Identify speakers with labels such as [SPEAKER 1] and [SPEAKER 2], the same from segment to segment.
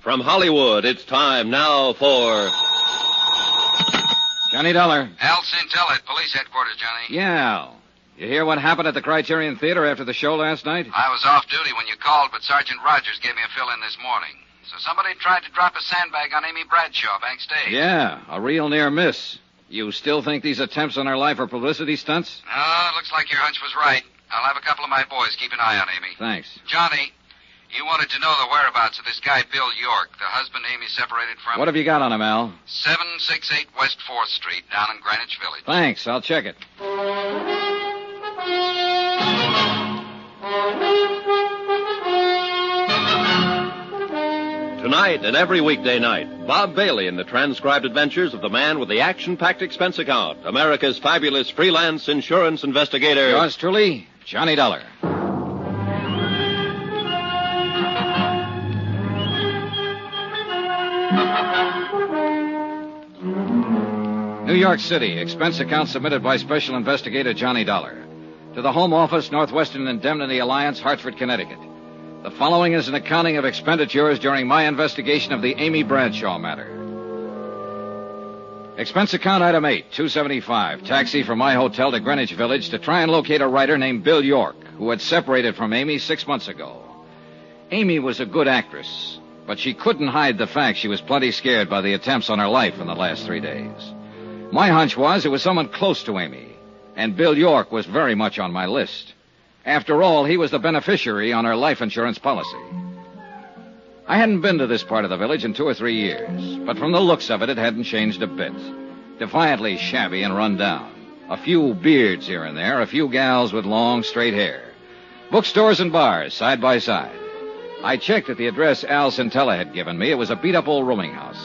[SPEAKER 1] From Hollywood, it's time now for.
[SPEAKER 2] Johnny Dollar.
[SPEAKER 3] Al Santel at police headquarters, Johnny.
[SPEAKER 2] Yeah. You hear what happened at the Criterion Theater after the show last night?
[SPEAKER 3] I was off duty when you called, but Sergeant Rogers gave me a fill in this morning. So somebody tried to drop a sandbag on Amy Bradshaw backstage.
[SPEAKER 2] Yeah, a real near miss. You still think these attempts on her life are publicity stunts?
[SPEAKER 3] Oh, looks like your hunch was right. I'll have a couple of my boys keep an eye on Amy.
[SPEAKER 2] Thanks.
[SPEAKER 3] Johnny, you wanted to know the whereabouts of this guy, Bill York, the husband Amy separated from.
[SPEAKER 2] What have you got on him, Al?
[SPEAKER 3] 768 West 4th Street, down in Greenwich Village.
[SPEAKER 2] Thanks. I'll check it.
[SPEAKER 1] Tonight and every weekday night, Bob Bailey in the transcribed adventures of the man with the action packed expense account, America's fabulous freelance insurance investigator.
[SPEAKER 2] Yours truly, Johnny Dollar. New York City, expense account submitted by Special Investigator Johnny Dollar. To the Home Office, Northwestern Indemnity Alliance, Hartford, Connecticut. The following is an accounting of expenditures during my investigation of the Amy Bradshaw matter. Expense account item 8, 275, taxi from my hotel to Greenwich Village to try and locate a writer named Bill York, who had separated from Amy six months ago. Amy was a good actress, but she couldn't hide the fact she was plenty scared by the attempts on her life in the last three days. My hunch was it was someone close to Amy, and Bill York was very much on my list. After all, he was the beneficiary on her life insurance policy. I hadn't been to this part of the village in two or three years, but from the looks of it, it hadn't changed a bit. Defiantly shabby and run down. A few beards here and there, a few gals with long, straight hair. Bookstores and bars, side by side. I checked at the address Al Centella had given me. It was a beat up old rooming house.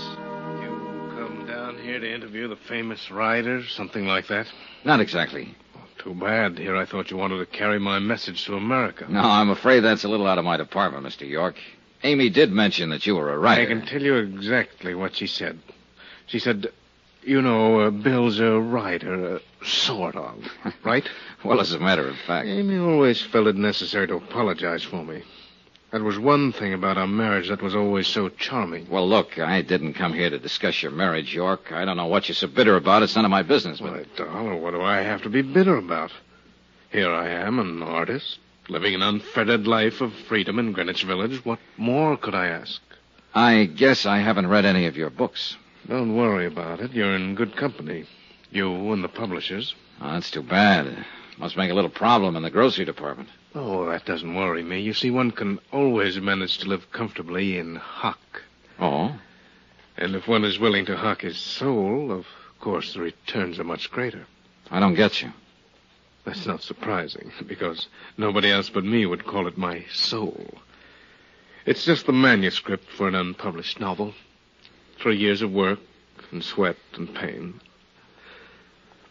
[SPEAKER 4] You come down here to interview the famous writer, something like that?
[SPEAKER 2] Not exactly.
[SPEAKER 4] Too bad. Here I thought you wanted to carry my message to America.
[SPEAKER 2] No, I'm afraid that's a little out of my department, Mr. York. Amy did mention that you were a writer.
[SPEAKER 4] I can tell you exactly what she said. She said, you know, uh, Bill's a writer, uh, sort of, right?
[SPEAKER 2] Well, as a matter of fact.
[SPEAKER 4] Amy always felt it necessary to apologize for me. That was one thing about our marriage that was always so charming.
[SPEAKER 2] Well, look, I didn't come here to discuss your marriage, York. I don't know what you're so bitter about. It's none of my business. But
[SPEAKER 4] Why, Dollar, what do I have to be bitter about? Here I am, an artist, living an unfettered life of freedom in Greenwich Village. What more could I ask?
[SPEAKER 2] I guess I haven't read any of your books.
[SPEAKER 4] Don't worry about it. You're in good company. You and the publishers.
[SPEAKER 2] Oh, that's too bad. Must make a little problem in the grocery department.
[SPEAKER 4] Oh, that doesn't worry me. You see, one can always manage to live comfortably in hock.
[SPEAKER 2] Oh?
[SPEAKER 4] And if one is willing to hock his soul, of course the returns are much greater.
[SPEAKER 2] I don't get you.
[SPEAKER 4] That's not surprising, because nobody else but me would call it my soul. It's just the manuscript for an unpublished novel. Three years of work and sweat and pain.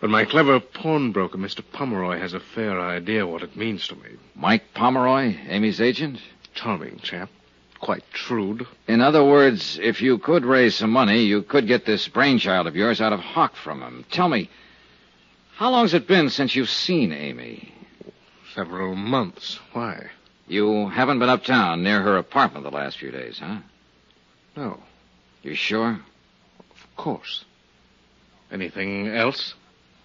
[SPEAKER 4] But my clever pawnbroker, Mr. Pomeroy, has a fair idea what it means to me.
[SPEAKER 2] Mike Pomeroy, Amy's agent?
[SPEAKER 4] Charming chap. Quite shrewd.
[SPEAKER 2] In other words, if you could raise some money, you could get this brainchild of yours out of Hawk from him. Tell me, how long's it been since you've seen Amy?
[SPEAKER 4] Several months. Why?
[SPEAKER 2] You haven't been uptown near her apartment the last few days, huh?
[SPEAKER 4] No,
[SPEAKER 2] You sure?
[SPEAKER 4] of course. Anything else?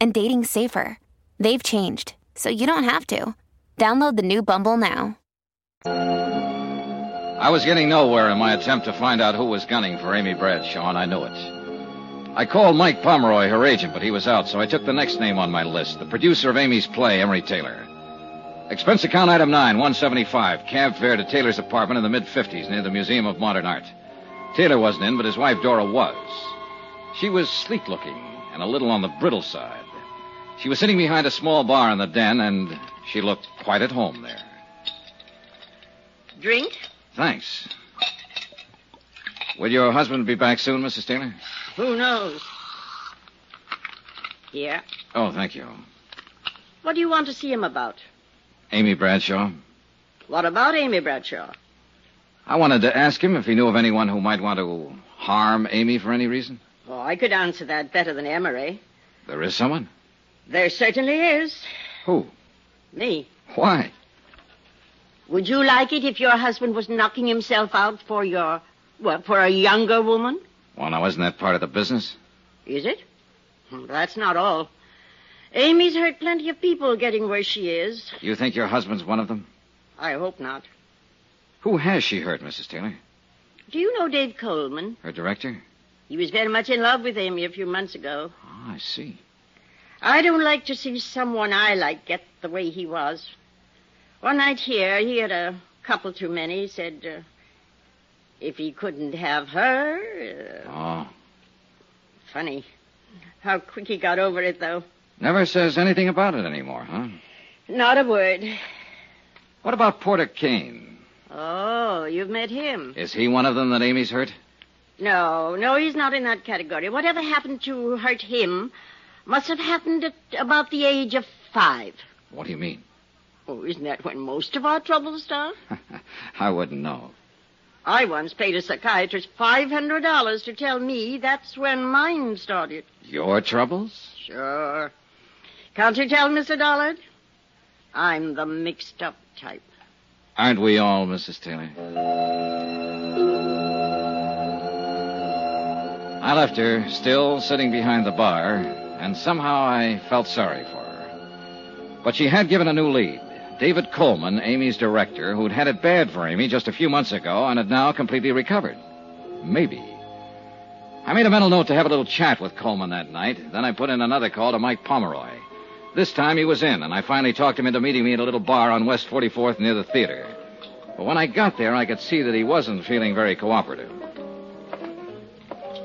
[SPEAKER 5] and dating safer. They've changed, so you don't have to. Download the new Bumble now.
[SPEAKER 2] I was getting nowhere in my attempt to find out who was gunning for Amy Bradshaw, and I knew it. I called Mike Pomeroy, her agent, but he was out, so I took the next name on my list the producer of Amy's play, Emery Taylor. Expense account item 9, 175, cab fare to Taylor's apartment in the mid 50s near the Museum of Modern Art. Taylor wasn't in, but his wife Dora was. She was sleek looking and a little on the brittle side. She was sitting behind a small bar in the den, and she looked quite at home there.
[SPEAKER 6] Drink?
[SPEAKER 2] Thanks. Will your husband be back soon, Mrs. Taylor?
[SPEAKER 6] Who knows? Yeah.
[SPEAKER 2] Oh, thank you.
[SPEAKER 6] What do you want to see him about?
[SPEAKER 2] Amy Bradshaw.
[SPEAKER 6] What about Amy Bradshaw?
[SPEAKER 2] I wanted to ask him if he knew of anyone who might want to harm Amy for any reason.
[SPEAKER 6] Oh, I could answer that better than Emery.
[SPEAKER 2] There is someone.
[SPEAKER 6] There certainly is.
[SPEAKER 2] Who?
[SPEAKER 6] Me.
[SPEAKER 2] Why?
[SPEAKER 6] Would you like it if your husband was knocking himself out for your, well, for a younger woman?
[SPEAKER 2] Well, now, isn't that part of the business?
[SPEAKER 6] Is it? Well, that's not all. Amy's hurt plenty of people getting where she is.
[SPEAKER 2] You think your husband's one of them?
[SPEAKER 6] I hope not.
[SPEAKER 2] Who has she hurt, Mrs. Taylor?
[SPEAKER 6] Do you know Dave Coleman?
[SPEAKER 2] Her director?
[SPEAKER 6] He was very much in love with Amy a few months ago.
[SPEAKER 2] Ah, I see.
[SPEAKER 6] I don't like to see someone I like get the way he was. One night here, he had a couple too many. Said uh, if he couldn't have her. Uh,
[SPEAKER 2] Oh.
[SPEAKER 6] funny. How quick he got over it, though.
[SPEAKER 2] Never says anything about it anymore, huh?
[SPEAKER 6] Not a word.
[SPEAKER 2] What about Porter Kane?
[SPEAKER 6] Oh, you've met him.
[SPEAKER 2] Is he one of them that Amy's hurt?
[SPEAKER 6] No, no, he's not in that category. Whatever happened to hurt him must have happened at about the age of five.
[SPEAKER 2] What do you mean?
[SPEAKER 6] Oh, isn't that when most of our troubles start?
[SPEAKER 2] I wouldn't know.
[SPEAKER 6] I once paid a psychiatrist $500 to tell me that's when mine started.
[SPEAKER 2] Your troubles?
[SPEAKER 6] Sure. Can't you tell, Mr. Dollard? I'm the mixed up type.
[SPEAKER 2] Aren't we all, Mrs. Taylor? I left her, still sitting behind the bar, and somehow I felt sorry for her. But she had given a new lead. David Coleman, Amy's director, who'd had it bad for Amy just a few months ago and had now completely recovered. Maybe. I made a mental note to have a little chat with Coleman that night. Then I put in another call to Mike Pomeroy. This time he was in, and I finally talked him into meeting me at a little bar on West 44th near the theater. But when I got there, I could see that he wasn't feeling very cooperative.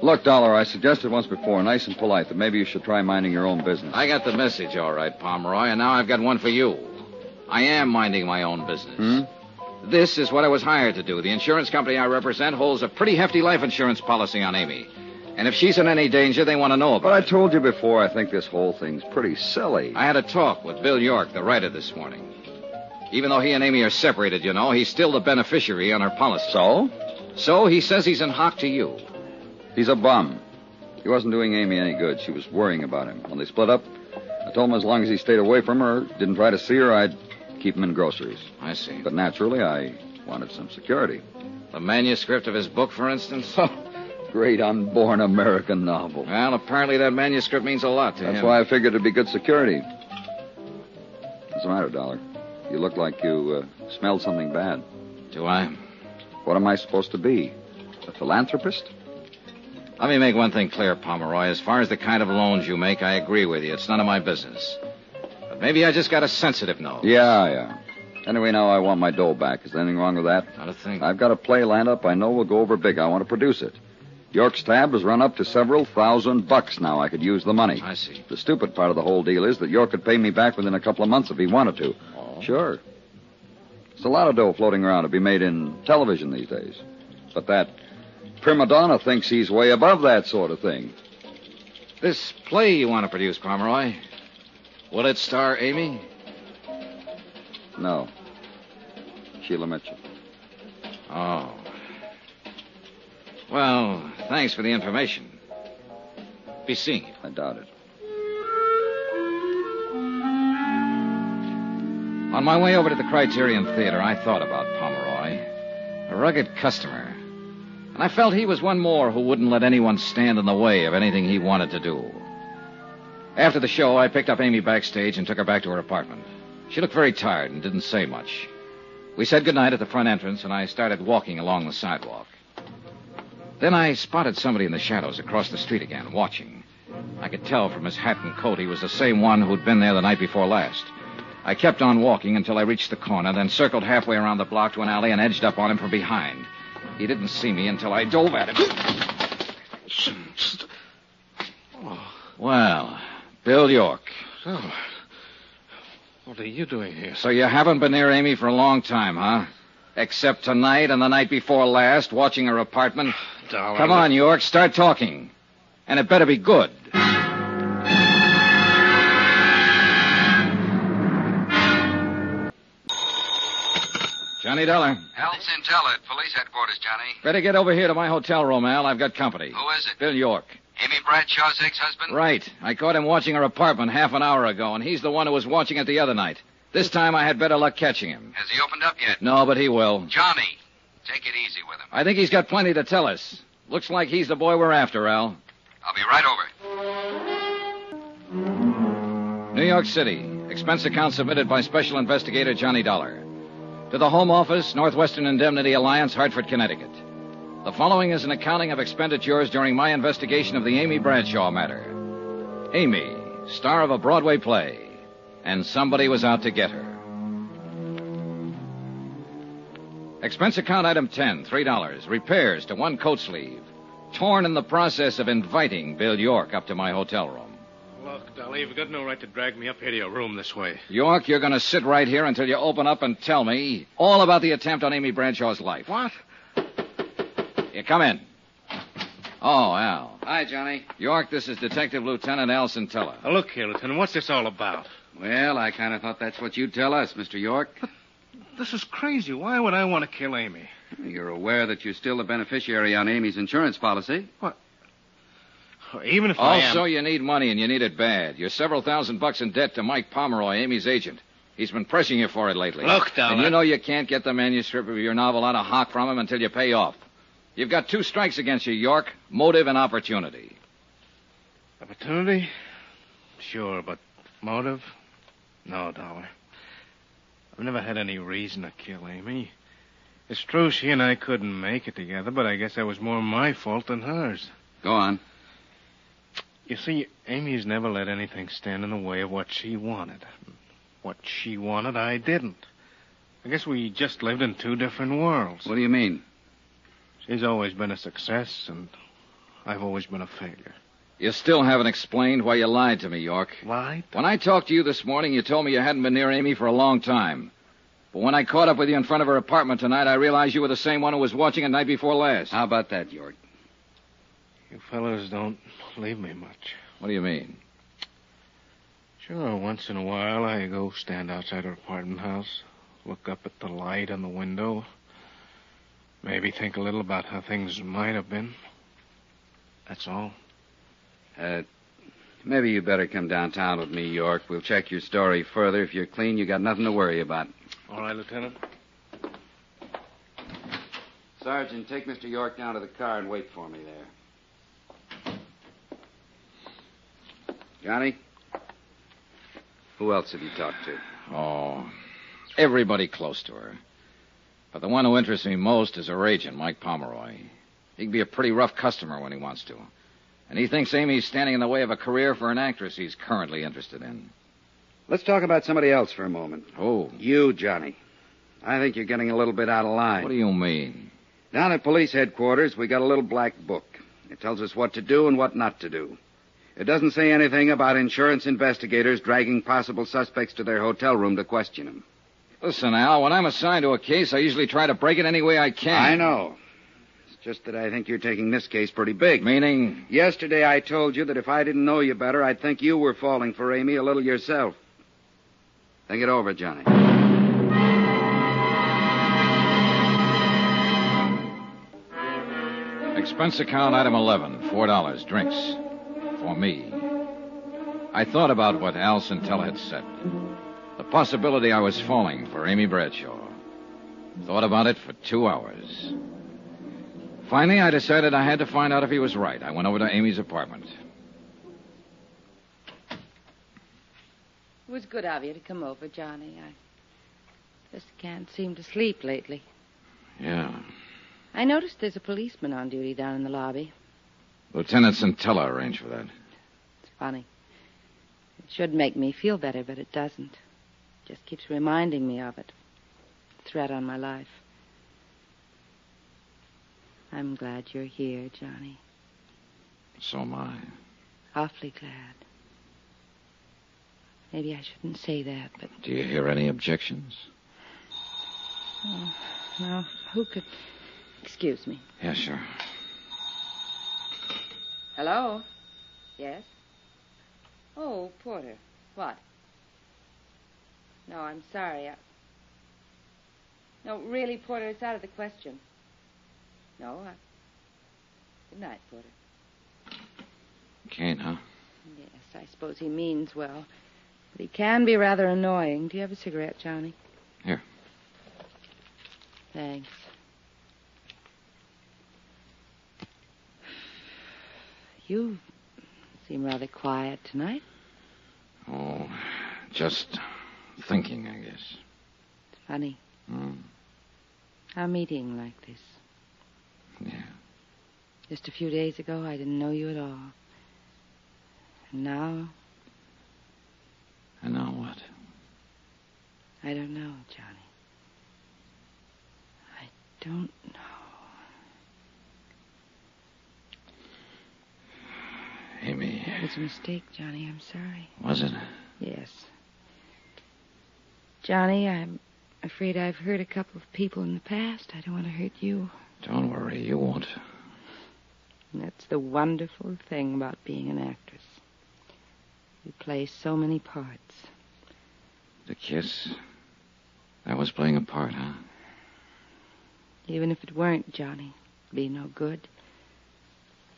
[SPEAKER 7] Look, Dollar, I suggested once before, nice and polite, that maybe you should try minding your own business.
[SPEAKER 2] I got the message, all right, Pomeroy, and now I've got one for you. I am minding my own business.
[SPEAKER 7] Hmm?
[SPEAKER 2] This is what I was hired to do. The insurance company I represent holds a pretty hefty life insurance policy on Amy. And if she's in any danger, they want to know about
[SPEAKER 7] But I
[SPEAKER 2] it.
[SPEAKER 7] told you before, I think this whole thing's pretty silly.
[SPEAKER 2] I had a talk with Bill York, the writer, this morning. Even though he and Amy are separated, you know, he's still the beneficiary on her policy.
[SPEAKER 7] So?
[SPEAKER 2] So he says he's in hock to you.
[SPEAKER 7] He's a bum. He wasn't doing Amy any good. She was worrying about him. When they split up, I told him as long as he stayed away from her, didn't try to see her, I'd keep him in groceries.
[SPEAKER 2] I see.
[SPEAKER 7] But naturally, I wanted some security.
[SPEAKER 2] The manuscript of his book, for instance?
[SPEAKER 7] Great unborn American novel.
[SPEAKER 2] Well, apparently that manuscript means a lot to
[SPEAKER 7] That's
[SPEAKER 2] him.
[SPEAKER 7] why I figured it'd be good security. What's the matter, Dollar? You look like you uh, smelled something bad.
[SPEAKER 2] Do I?
[SPEAKER 7] What am I supposed to be? A philanthropist?
[SPEAKER 2] Let me make one thing clear, Pomeroy. As far as the kind of loans you make, I agree with you. It's none of my business. But maybe I just got a sensitive nose.
[SPEAKER 7] Yeah, yeah. Anyway, now I want my dough back. Is there anything wrong with that?
[SPEAKER 2] Not a thing.
[SPEAKER 7] I've got a play lined up I know will go over big. I want to produce it. York's tab has run up to several thousand bucks now. I could use the money.
[SPEAKER 2] I see.
[SPEAKER 7] The stupid part of the whole deal is that York could pay me back within a couple of months if he wanted to. Sure. There's a lot of dough floating around to be made in television these days. But that prima donna thinks he's way above that sort of thing.
[SPEAKER 2] This play you want to produce, Pomeroy, will it star Amy?
[SPEAKER 7] No. Sheila Mitchell.
[SPEAKER 2] Oh. Well, thanks for the information. Be seeing you.
[SPEAKER 7] I doubt it.
[SPEAKER 2] On my way over to the Criterion Theater, I thought about Pomeroy, a rugged customer. And I felt he was one more who wouldn't let anyone stand in the way of anything he wanted to do. After the show, I picked up Amy backstage and took her back to her apartment. She looked very tired and didn't say much. We said goodnight at the front entrance, and I started walking along the sidewalk. Then I spotted somebody in the shadows across the street again, watching. I could tell from his hat and coat he was the same one who'd been there the night before last. I kept on walking until I reached the corner, then circled halfway around the block to an alley and edged up on him from behind. He didn't see me until I dove at him. Well, Bill York.
[SPEAKER 4] Dollar. What are you doing here?
[SPEAKER 2] So you haven't been near Amy for a long time, huh? Except tonight and the night before last, watching her apartment.
[SPEAKER 4] darling.
[SPEAKER 2] Come on, York, start talking. And it better be good. Johnny Dollar,
[SPEAKER 3] Al's Intel at police headquarters, Johnny.
[SPEAKER 2] better get over here to my hotel room, Al. I've got company.
[SPEAKER 3] Who is it?
[SPEAKER 2] Bill York.
[SPEAKER 3] Amy Bradshaw's ex-husband?
[SPEAKER 2] Right. I caught him watching her apartment half an hour ago, and he's the one who was watching it the other night. This time I had better luck catching him.
[SPEAKER 3] Has he opened up yet?
[SPEAKER 2] No, but he will.
[SPEAKER 3] Johnny, take it easy with him.
[SPEAKER 2] I think he's got plenty to tell us. Looks like he's the boy we're after, Al.
[SPEAKER 3] I'll be right over.
[SPEAKER 2] New York City. Expense account submitted by Special Investigator Johnny Dollar. To the Home Office, Northwestern Indemnity Alliance, Hartford, Connecticut. The following is an accounting of expenditures during my investigation of the Amy Bradshaw matter. Amy, star of a Broadway play, and somebody was out to get her. Expense account item 10, $3. Repairs to one coat sleeve. Torn in the process of inviting Bill York up to my hotel room.
[SPEAKER 4] Look, Dolly, you've got no right to drag me up here to your room this way.
[SPEAKER 2] York, you're going to sit right here until you open up and tell me all about the attempt on Amy Bradshaw's life.
[SPEAKER 4] What?
[SPEAKER 2] You come in. Oh, Al.
[SPEAKER 8] Hi, Johnny.
[SPEAKER 2] York, this is Detective Lieutenant Al Centella.
[SPEAKER 4] Now, look here, Lieutenant. What's this all about?
[SPEAKER 8] Well, I kind of thought that's what you'd tell us, Mr. York.
[SPEAKER 4] This is crazy. Why would I want to kill Amy?
[SPEAKER 8] You're aware that you're still the beneficiary on Amy's insurance policy.
[SPEAKER 4] Even if I am.
[SPEAKER 2] Also, Oh, you need money, and you need it bad. You're several thousand bucks in debt to Mike Pomeroy, Amy's agent. He's been pressing you for it lately.
[SPEAKER 4] Look,
[SPEAKER 2] And
[SPEAKER 4] Dollar.
[SPEAKER 2] you know you can't get the manuscript of your novel out of hock from him until you pay off. You've got two strikes against you, York motive and opportunity.
[SPEAKER 4] Opportunity? Sure, but motive? No, Dollar. I've never had any reason to kill Amy. It's true she and I couldn't make it together, but I guess that was more my fault than hers.
[SPEAKER 8] Go on.
[SPEAKER 4] You see, Amy's never let anything stand in the way of what she wanted. What she wanted, I didn't. I guess we just lived in two different worlds.
[SPEAKER 8] What do you mean?
[SPEAKER 4] She's always been a success, and I've always been a failure.
[SPEAKER 2] You still haven't explained why you lied to me, York.
[SPEAKER 4] Lied?
[SPEAKER 2] When I talked to you this morning, you told me you hadn't been near Amy for a long time. But when I caught up with you in front of her apartment tonight, I realized you were the same one who was watching it night before last.
[SPEAKER 8] How about that, York?
[SPEAKER 4] You fellows don't believe me much.
[SPEAKER 2] What do you mean?
[SPEAKER 4] Sure, once in a while I go stand outside her apartment house, look up at the light on the window, maybe think a little about how things might have been. That's all.
[SPEAKER 8] Uh, maybe you better come downtown with me, York. We'll check your story further. If you're clean, you got nothing to worry about.
[SPEAKER 4] All right, Lieutenant.
[SPEAKER 8] Sergeant, take Mr. York down to the car and wait for me there. Johnny? Who else have you talked to?
[SPEAKER 2] Oh, everybody close to her. But the one who interests me most is her agent, Mike Pomeroy. He can be a pretty rough customer when he wants to. And he thinks Amy's standing in the way of a career for an actress he's currently interested in.
[SPEAKER 8] Let's talk about somebody else for a moment.
[SPEAKER 2] Oh,
[SPEAKER 8] You, Johnny. I think you're getting a little bit out of line.
[SPEAKER 2] what do you mean?
[SPEAKER 8] Down at police headquarters, we got a little black book. It tells us what to do and what not to do. It doesn't say anything about insurance investigators dragging possible suspects to their hotel room to question them.
[SPEAKER 2] Listen, Al, when I'm assigned to a case, I usually try to break it any way I can.
[SPEAKER 8] I know. It's just that I think you're taking this case pretty big.
[SPEAKER 2] Meaning,
[SPEAKER 8] Yesterday I told you that if I didn't know you better, I'd think you were falling for Amy a little yourself. Think it over, Johnny.
[SPEAKER 2] Expense account item 11, $4, drinks. For me. I thought about what Al Centella had said. The possibility I was falling for Amy Bradshaw. Thought about it for two hours. Finally, I decided I had to find out if he was right. I went over to Amy's apartment.
[SPEAKER 9] It was good of you to come over, Johnny. I just can't seem to sleep lately.
[SPEAKER 2] Yeah.
[SPEAKER 9] I noticed there's a policeman on duty down in the lobby.
[SPEAKER 2] Lieutenant Centella arranged for that.
[SPEAKER 9] It's funny. It should make me feel better, but it doesn't. It just keeps reminding me of it. Threat on my life. I'm glad you're here, Johnny.
[SPEAKER 2] So am I.
[SPEAKER 9] Awfully glad. Maybe I shouldn't say that, but
[SPEAKER 2] Do you hear any objections?
[SPEAKER 9] well, who could. Excuse me.
[SPEAKER 2] Yeah, sure.
[SPEAKER 9] Hello? Yes? Oh, Porter. What? No, I'm sorry. I... No, really, Porter, it's out of the question. No, I... Good night, Porter.
[SPEAKER 2] Kane, huh?
[SPEAKER 9] Yes, I suppose he means well. But he can be rather annoying. Do you have a cigarette, Johnny?
[SPEAKER 2] Here.
[SPEAKER 9] Thanks. You seem rather quiet tonight.
[SPEAKER 2] Oh, just thinking, I guess.
[SPEAKER 9] It's funny.
[SPEAKER 2] Mm,
[SPEAKER 9] Our meeting like this.
[SPEAKER 2] yeah.
[SPEAKER 9] Just a few days ago, I didn't know you at all. And now,
[SPEAKER 2] And now what?
[SPEAKER 9] I don't know, Johnny. I don't know.
[SPEAKER 2] Amy,
[SPEAKER 9] It was a mistake, Johnny. I'm sorry.
[SPEAKER 2] was it?
[SPEAKER 9] Yes. Johnny, I'm afraid I've hurt a couple of people in the past. I don't want to hurt you.
[SPEAKER 2] Don't worry, you won't.
[SPEAKER 9] And that's the wonderful thing about being an actress. You play so many parts.
[SPEAKER 2] The kiss. That was playing a part, huh?
[SPEAKER 9] Even if it weren't, Johnny, it'd be no good.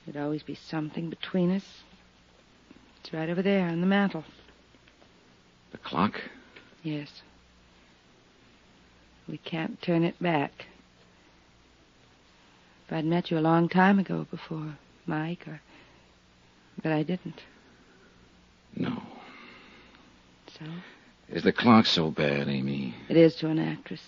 [SPEAKER 9] There'd always be something between us. It's right over there on the mantel.
[SPEAKER 2] The clock?
[SPEAKER 9] Yes. We can't turn it back. If I'd met you a long time ago before, Mike, or. But I didn't.
[SPEAKER 2] No.
[SPEAKER 9] So?
[SPEAKER 2] Is the clock so bad, Amy?
[SPEAKER 9] It is to an actress.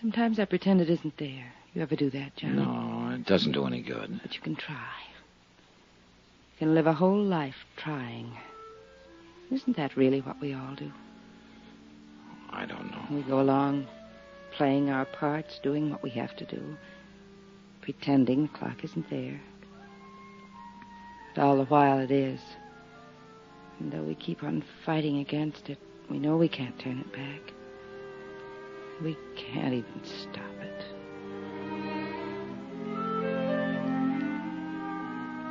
[SPEAKER 9] Sometimes I pretend it isn't there. You ever do that, John?
[SPEAKER 2] No, it doesn't do any good.
[SPEAKER 9] But you can try. You can live a whole life trying. Isn't that really what we all do?
[SPEAKER 2] I don't know.
[SPEAKER 9] We go along playing our parts, doing what we have to do, pretending the clock isn't there. But all the while it is. And though we keep on fighting against it, we know we can't turn it back. We can't even stop it.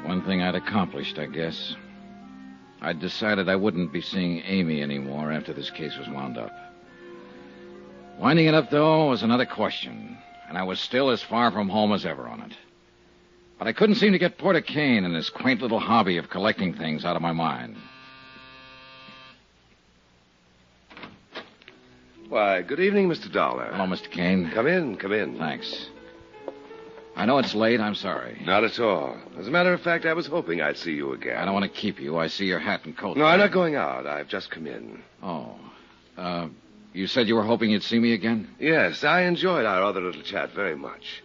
[SPEAKER 2] One thing I'd accomplished, I guess. I'd decided I wouldn't be seeing Amy anymore after this case was wound up. Winding it up, though, was another question, and I was still as far from home as ever on it. But I couldn't seem to get Porter Kane and his quaint little hobby of collecting things out of my mind.
[SPEAKER 10] Why, good evening, Mr. Dollar.
[SPEAKER 2] Hello, Mr. Kane.
[SPEAKER 10] Come in, come in.
[SPEAKER 2] Thanks. I know it's late. I'm sorry.
[SPEAKER 10] Not at all. As a matter of fact, I was hoping I'd see you again.
[SPEAKER 2] I don't want to keep you. I see your hat and coat.
[SPEAKER 10] No, I'm not going out. I've just come in.
[SPEAKER 2] Oh. Uh, you said you were hoping you'd see me again?
[SPEAKER 10] Yes, I enjoyed our other little chat very much.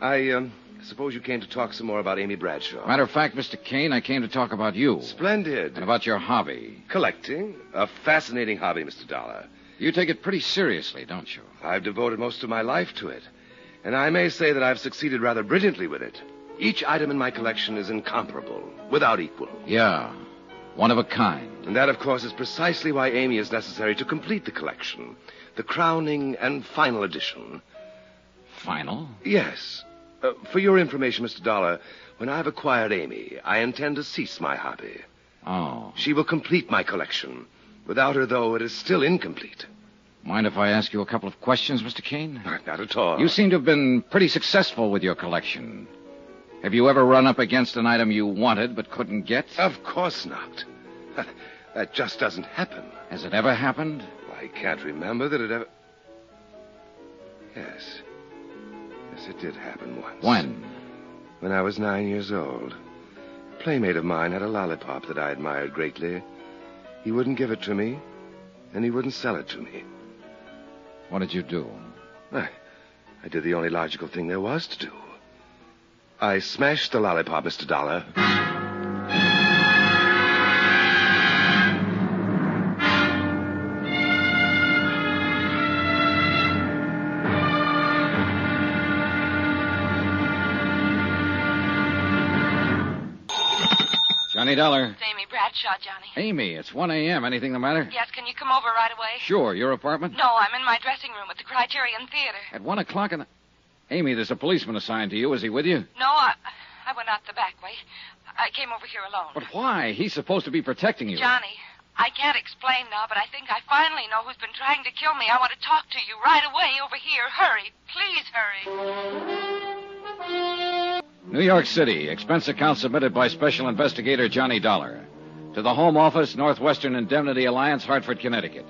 [SPEAKER 10] I um, suppose you came to talk some more about Amy Bradshaw.
[SPEAKER 2] Matter of fact, Mr. Kane, I came to talk about you
[SPEAKER 10] Splendid.
[SPEAKER 2] and about your hobby.
[SPEAKER 10] Collecting? A fascinating hobby, Mr. Dollar.
[SPEAKER 2] You take it pretty seriously, don't you?
[SPEAKER 10] I've devoted most of my life to it, and I may say that I've succeeded rather brilliantly with it. Each item in my collection is incomparable, without equal.
[SPEAKER 2] Yeah. One of a kind.
[SPEAKER 10] And that, of course, is precisely why Amy is necessary to complete the collection. The crowning and final edition.
[SPEAKER 2] Final?
[SPEAKER 10] Yes. Uh, for your information, Mr. Dollar, when I've acquired Amy, I intend to cease my hobby.
[SPEAKER 2] Oh.
[SPEAKER 10] She will complete my collection. Without her, though, it is still incomplete.
[SPEAKER 2] Mind if I ask you a couple of questions, Mr. Kane?
[SPEAKER 10] Not, not at all.
[SPEAKER 2] You seem to have been pretty successful with your collection. Have you ever run up against an item you wanted but couldn't get?
[SPEAKER 10] Of course not. that just doesn't happen.
[SPEAKER 2] Has it ever happened?
[SPEAKER 10] I can't remember that it ever. Yes. Yes, it did happen once.
[SPEAKER 2] When?
[SPEAKER 10] When I was nine years old. A playmate of mine had a lollipop that I admired greatly. He wouldn't give it to me, and he wouldn't sell it to me.
[SPEAKER 2] What did you do?
[SPEAKER 10] I, I did the only logical thing there was to do. I smashed the lollipop, Mr. Dollar.
[SPEAKER 2] Johnny Dollar.
[SPEAKER 11] It's Amy Bradshaw, Johnny.
[SPEAKER 2] Amy, it's 1 a.m. Anything the matter?
[SPEAKER 11] Yes, can you come over right away?
[SPEAKER 2] Sure, your apartment?
[SPEAKER 11] No, I'm in my dressing room at the Criterion Theater.
[SPEAKER 2] At 1 o'clock in the. Amy, there's a policeman assigned to you. Is he with you?
[SPEAKER 11] No, I,
[SPEAKER 9] I went out the back way. I came over here alone.
[SPEAKER 8] But why? He's supposed to be protecting you.
[SPEAKER 9] Johnny, I can't explain now, but I think I finally know who's been trying to kill me. I want to talk to you right away over here. Hurry. Please hurry.
[SPEAKER 8] New York City, expense account submitted by Special Investigator Johnny Dollar. To the Home Office, Northwestern Indemnity Alliance, Hartford, Connecticut.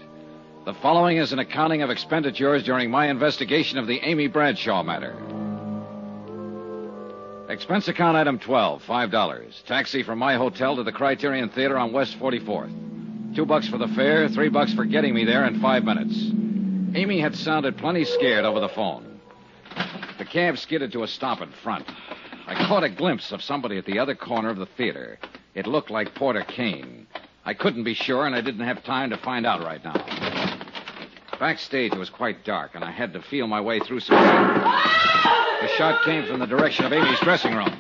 [SPEAKER 8] The following is an accounting of expenditures during my investigation of the Amy Bradshaw matter. Expense account item 12, $5. Taxi from my hotel to the Criterion Theater on West 44th. Two bucks for the fare, three bucks for getting me there in five minutes. Amy had sounded plenty scared over the phone. The cab skidded to a stop in front. I caught a glimpse of somebody at the other corner of the theater. It looked like Porter Kane. I couldn't be sure, and I didn't have time to find out right now. Backstage was quite dark, and I had to feel my way through some. The shot came from the direction of Amy's dressing room.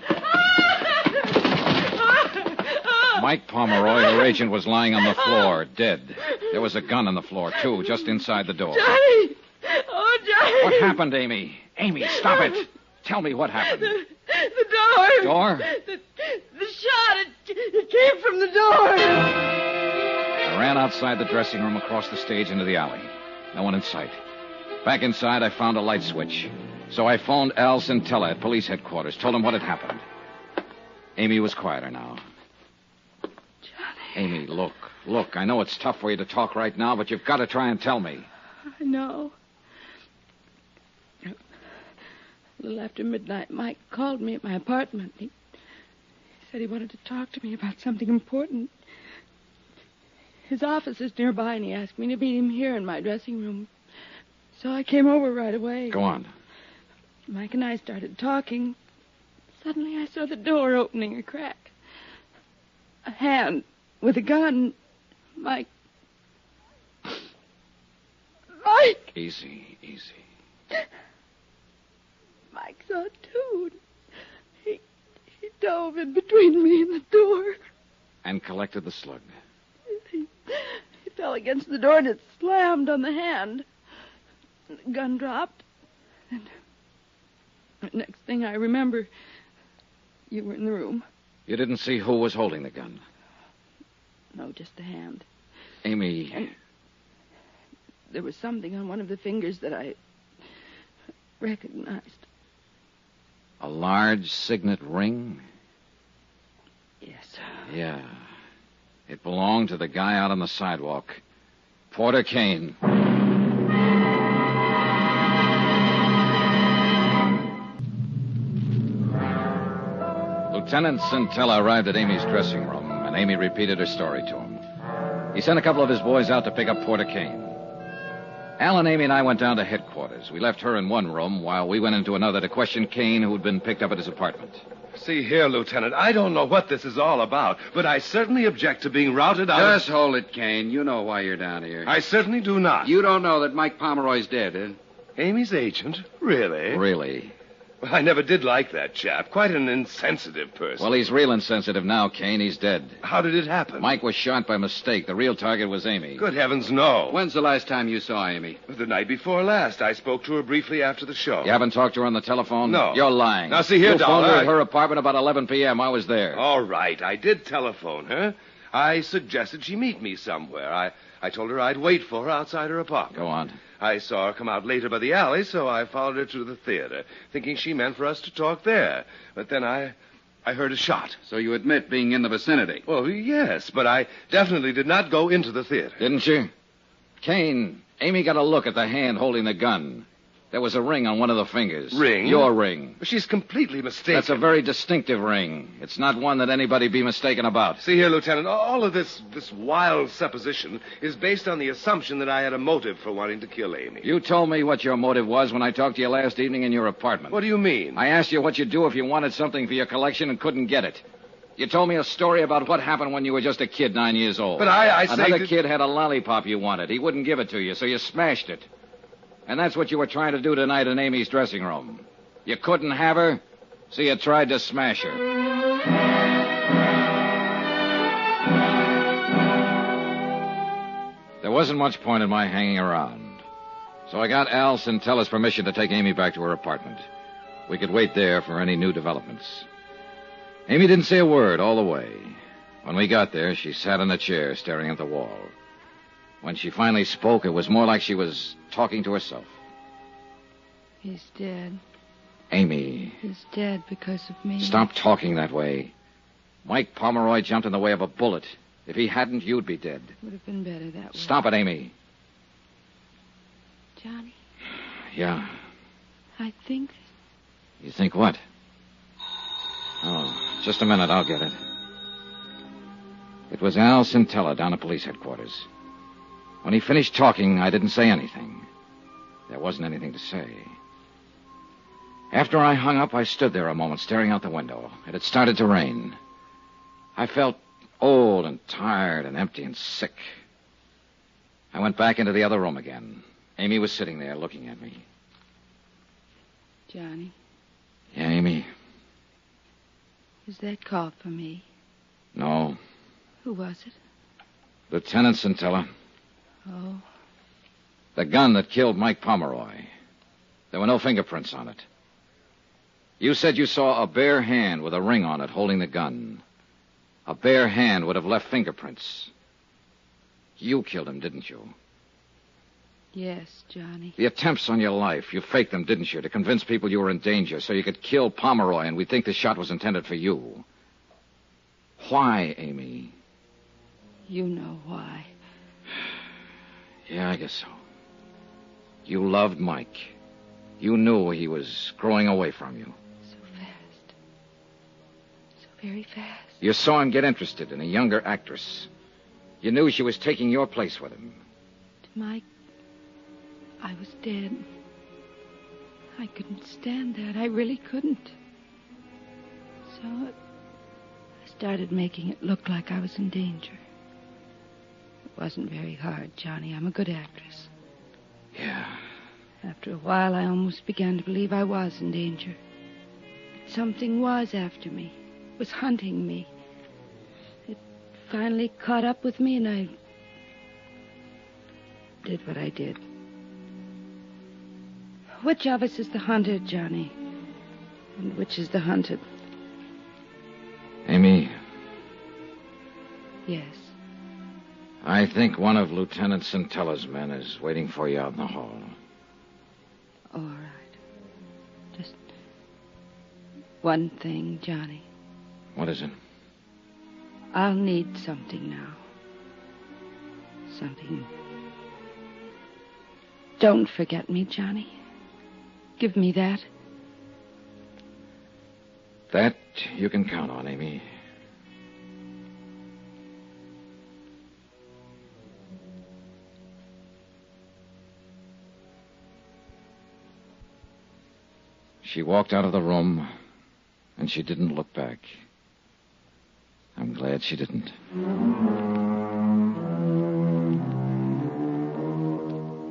[SPEAKER 8] Mike Pomeroy, her agent, was lying on the floor, dead. There was a gun on the floor, too, just inside the door.
[SPEAKER 12] Johnny! Oh, Johnny!
[SPEAKER 8] What happened, Amy? Amy, stop it! Tell me what happened.
[SPEAKER 12] The, the door.
[SPEAKER 8] Door?
[SPEAKER 12] The, the shot. It, it came from the door.
[SPEAKER 8] I ran outside the dressing room across the stage into the alley. No one in sight. Back inside, I found a light switch. So I phoned Al Centella at police headquarters, told him what had happened. Amy was quieter now.
[SPEAKER 12] Johnny.
[SPEAKER 8] Amy, look, look. I know it's tough for you to talk right now, but you've got to try and tell me.
[SPEAKER 12] I know. A little after midnight, Mike called me at my apartment. He, he said he wanted to talk to me about something important. His office is nearby, and he asked me to meet him here in my dressing room. So I came over right away.
[SPEAKER 8] Go on.
[SPEAKER 12] Mike and I started talking. Suddenly, I saw the door opening a crack. A hand with a gun. Mike. Mike!
[SPEAKER 8] Easy, easy.
[SPEAKER 12] Mike saw it too. He, he dove in between me and the door.
[SPEAKER 8] And collected the slug.
[SPEAKER 12] He, he fell against the door and it slammed on the hand. The gun dropped. And the next thing I remember, you were in the room.
[SPEAKER 8] You didn't see who was holding the gun.
[SPEAKER 12] No, just the hand.
[SPEAKER 8] Amy.
[SPEAKER 12] And there was something on one of the fingers that I recognized.
[SPEAKER 8] A large signet ring?
[SPEAKER 12] Yes.
[SPEAKER 8] Yeah. It belonged to the guy out on the sidewalk, Porter Kane. Lieutenant Centella arrived at Amy's dressing room, and Amy repeated her story to him. He sent a couple of his boys out to pick up Porter Kane. Alan, Amy, and I went down to headquarters. We left her in one room while we went into another to question Kane, who'd been picked up at his apartment.
[SPEAKER 10] See here, Lieutenant, I don't know what this is all about, but I certainly object to being routed out.
[SPEAKER 2] Just hold it, Kane. You know why you're down here.
[SPEAKER 10] I certainly do not.
[SPEAKER 2] You don't know that Mike Pomeroy's dead, eh?
[SPEAKER 10] Amy's agent?
[SPEAKER 8] Eh?
[SPEAKER 10] Really?
[SPEAKER 8] Really.
[SPEAKER 10] Well, I never did like that chap. Quite an insensitive person.
[SPEAKER 8] Well, he's real insensitive now, Kane. He's dead.
[SPEAKER 10] How did it happen?
[SPEAKER 8] Mike was shot by mistake. The real target was Amy.
[SPEAKER 10] Good heavens, no.
[SPEAKER 2] When's the last time you saw Amy?
[SPEAKER 10] The night before last. I spoke to her briefly after the show.
[SPEAKER 8] You haven't talked to her on the telephone?
[SPEAKER 10] No.
[SPEAKER 8] You're lying.
[SPEAKER 10] Now, see here,
[SPEAKER 8] you phoned
[SPEAKER 10] Dollar.
[SPEAKER 8] her at
[SPEAKER 10] I-
[SPEAKER 8] her apartment about 11 p.m. I was there.
[SPEAKER 10] All right, I did telephone her. I suggested she meet me somewhere. I, I told her I'd wait for her outside her apartment.
[SPEAKER 8] Go on.
[SPEAKER 10] I saw her come out later by the alley, so I followed her to the theater, thinking she meant for us to talk there. But then I I heard a shot.
[SPEAKER 2] So you admit being in the vicinity?
[SPEAKER 10] Well, yes, but I definitely did not go into the theater.
[SPEAKER 8] Didn't you? Kane, Amy got a look at the hand holding the gun. There was a ring on one of the fingers.
[SPEAKER 10] Ring?
[SPEAKER 8] Your ring.
[SPEAKER 10] She's completely mistaken.
[SPEAKER 8] That's a very distinctive ring. It's not one that anybody be mistaken about.
[SPEAKER 10] See here, Lieutenant, all of this this wild supposition is based on the assumption that I had a motive for wanting to kill Amy.
[SPEAKER 8] You told me what your motive was when I talked to you last evening in your apartment.
[SPEAKER 10] What do you mean?
[SPEAKER 8] I asked you what you'd do if you wanted something for your collection and couldn't get it. You told me a story about what happened when you were just a kid, nine years old.
[SPEAKER 10] But I- I say
[SPEAKER 8] Another
[SPEAKER 10] that-
[SPEAKER 8] kid had a lollipop you wanted. He wouldn't give it to you, so you smashed it. And that's what you were trying to do tonight in Amy's dressing room. You couldn't have her, so you tried to smash her. There wasn't much point in my hanging around. So I got Al Centella's permission to take Amy back to her apartment. We could wait there for any new developments. Amy didn't say a word all the way. When we got there, she sat in a chair staring at the wall. When she finally spoke, it was more like she was talking to herself.
[SPEAKER 9] He's dead.
[SPEAKER 8] Amy,
[SPEAKER 9] He's dead because of me.
[SPEAKER 8] stop talking that way. Mike Pomeroy jumped in the way of a bullet. If he hadn't, you'd be dead.
[SPEAKER 9] Would have been better that way.
[SPEAKER 8] Stop it, Amy.
[SPEAKER 9] Johnny,
[SPEAKER 8] Yeah.
[SPEAKER 9] I think
[SPEAKER 8] You think what? Oh, just a minute. I'll get it. It was Al Centella down at police headquarters. When he finished talking, I didn't say anything. There wasn't anything to say. After I hung up, I stood there a moment staring out the window. It had started to rain. I felt old and tired and empty and sick. I went back into the other room again. Amy was sitting there looking at me.
[SPEAKER 9] Johnny.
[SPEAKER 8] Yeah, Amy.
[SPEAKER 9] Is that call for me?
[SPEAKER 8] No.
[SPEAKER 9] Who was it?
[SPEAKER 8] Lieutenant Centella.
[SPEAKER 9] Oh,
[SPEAKER 8] The gun that killed Mike Pomeroy. There were no fingerprints on it. You said you saw a bare hand with a ring on it holding the gun. A bare hand would have left fingerprints. You killed him, didn't you?
[SPEAKER 9] yes, Johnny.
[SPEAKER 8] The attempts on your life, you faked them, didn't you, to convince people you were in danger so you could kill Pomeroy and we'd think the shot was intended for you. Why, Amy?
[SPEAKER 9] You know why.
[SPEAKER 8] Yeah, I guess so. You loved Mike. You knew he was growing away from you.
[SPEAKER 9] So very fast.
[SPEAKER 8] You saw him get interested in a younger actress. You knew she was taking your place with him.
[SPEAKER 9] Mike, I was dead. I couldn't stand that. I really couldn't. So I started making it look like I was in danger. It wasn't very hard, Johnny. I'm a good actress.
[SPEAKER 8] Yeah.
[SPEAKER 9] After a while, I almost began to believe I was in danger. Something was after me, was hunting me. It finally caught up with me, and I did what I did. Which of us is the hunter, Johnny? And which is the hunted?
[SPEAKER 8] Amy,
[SPEAKER 9] Yes.
[SPEAKER 8] I think one of Lieutenant Centella's men is waiting for you out in the hall.
[SPEAKER 9] All right. Just one thing, Johnny.
[SPEAKER 8] What is it?
[SPEAKER 9] I'll need something now. Something. Don't forget me, Johnny. Give me that.
[SPEAKER 8] That you can count on, Amy. She walked out of the room, and she didn't look back. I'm glad she didn't.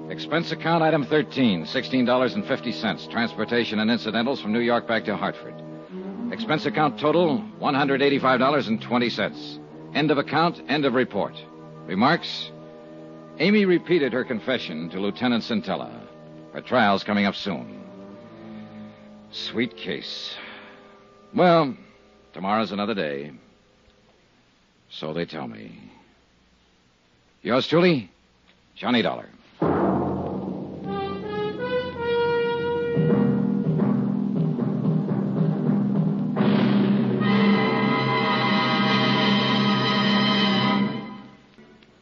[SPEAKER 8] Expense account item 13, $16.50. Transportation and incidentals from New York back to Hartford. Expense account total $185.20. End of account, end of report. Remarks? Amy repeated her confession to Lieutenant Centella. Her trial's coming up soon. Sweet case. Well, tomorrow's another day. So they tell me. Yours truly, Johnny Dollar.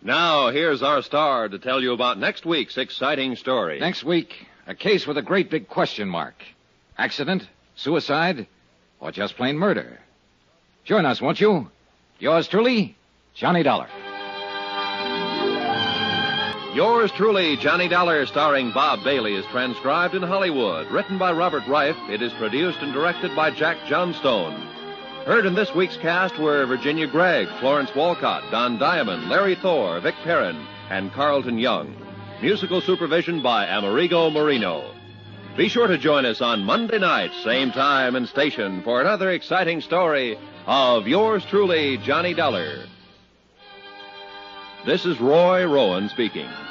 [SPEAKER 2] Now, here's our star to tell you about next week's exciting story.
[SPEAKER 8] Next week, a case with a great big question mark. Accident, suicide, or just plain murder? Join us, won't you? Yours truly, Johnny Dollar.
[SPEAKER 2] Yours truly, Johnny Dollar, starring Bob Bailey, is transcribed in Hollywood. Written by Robert Reif, it is produced and directed by Jack Johnstone. Heard in this week's cast were Virginia Gregg, Florence Walcott, Don Diamond, Larry Thor, Vic Perrin, and Carlton Young. Musical supervision by Amerigo Marino. Be sure to join us on Monday night, same time and station, for another exciting story of yours truly, Johnny Dollar. This is Roy Rowan speaking.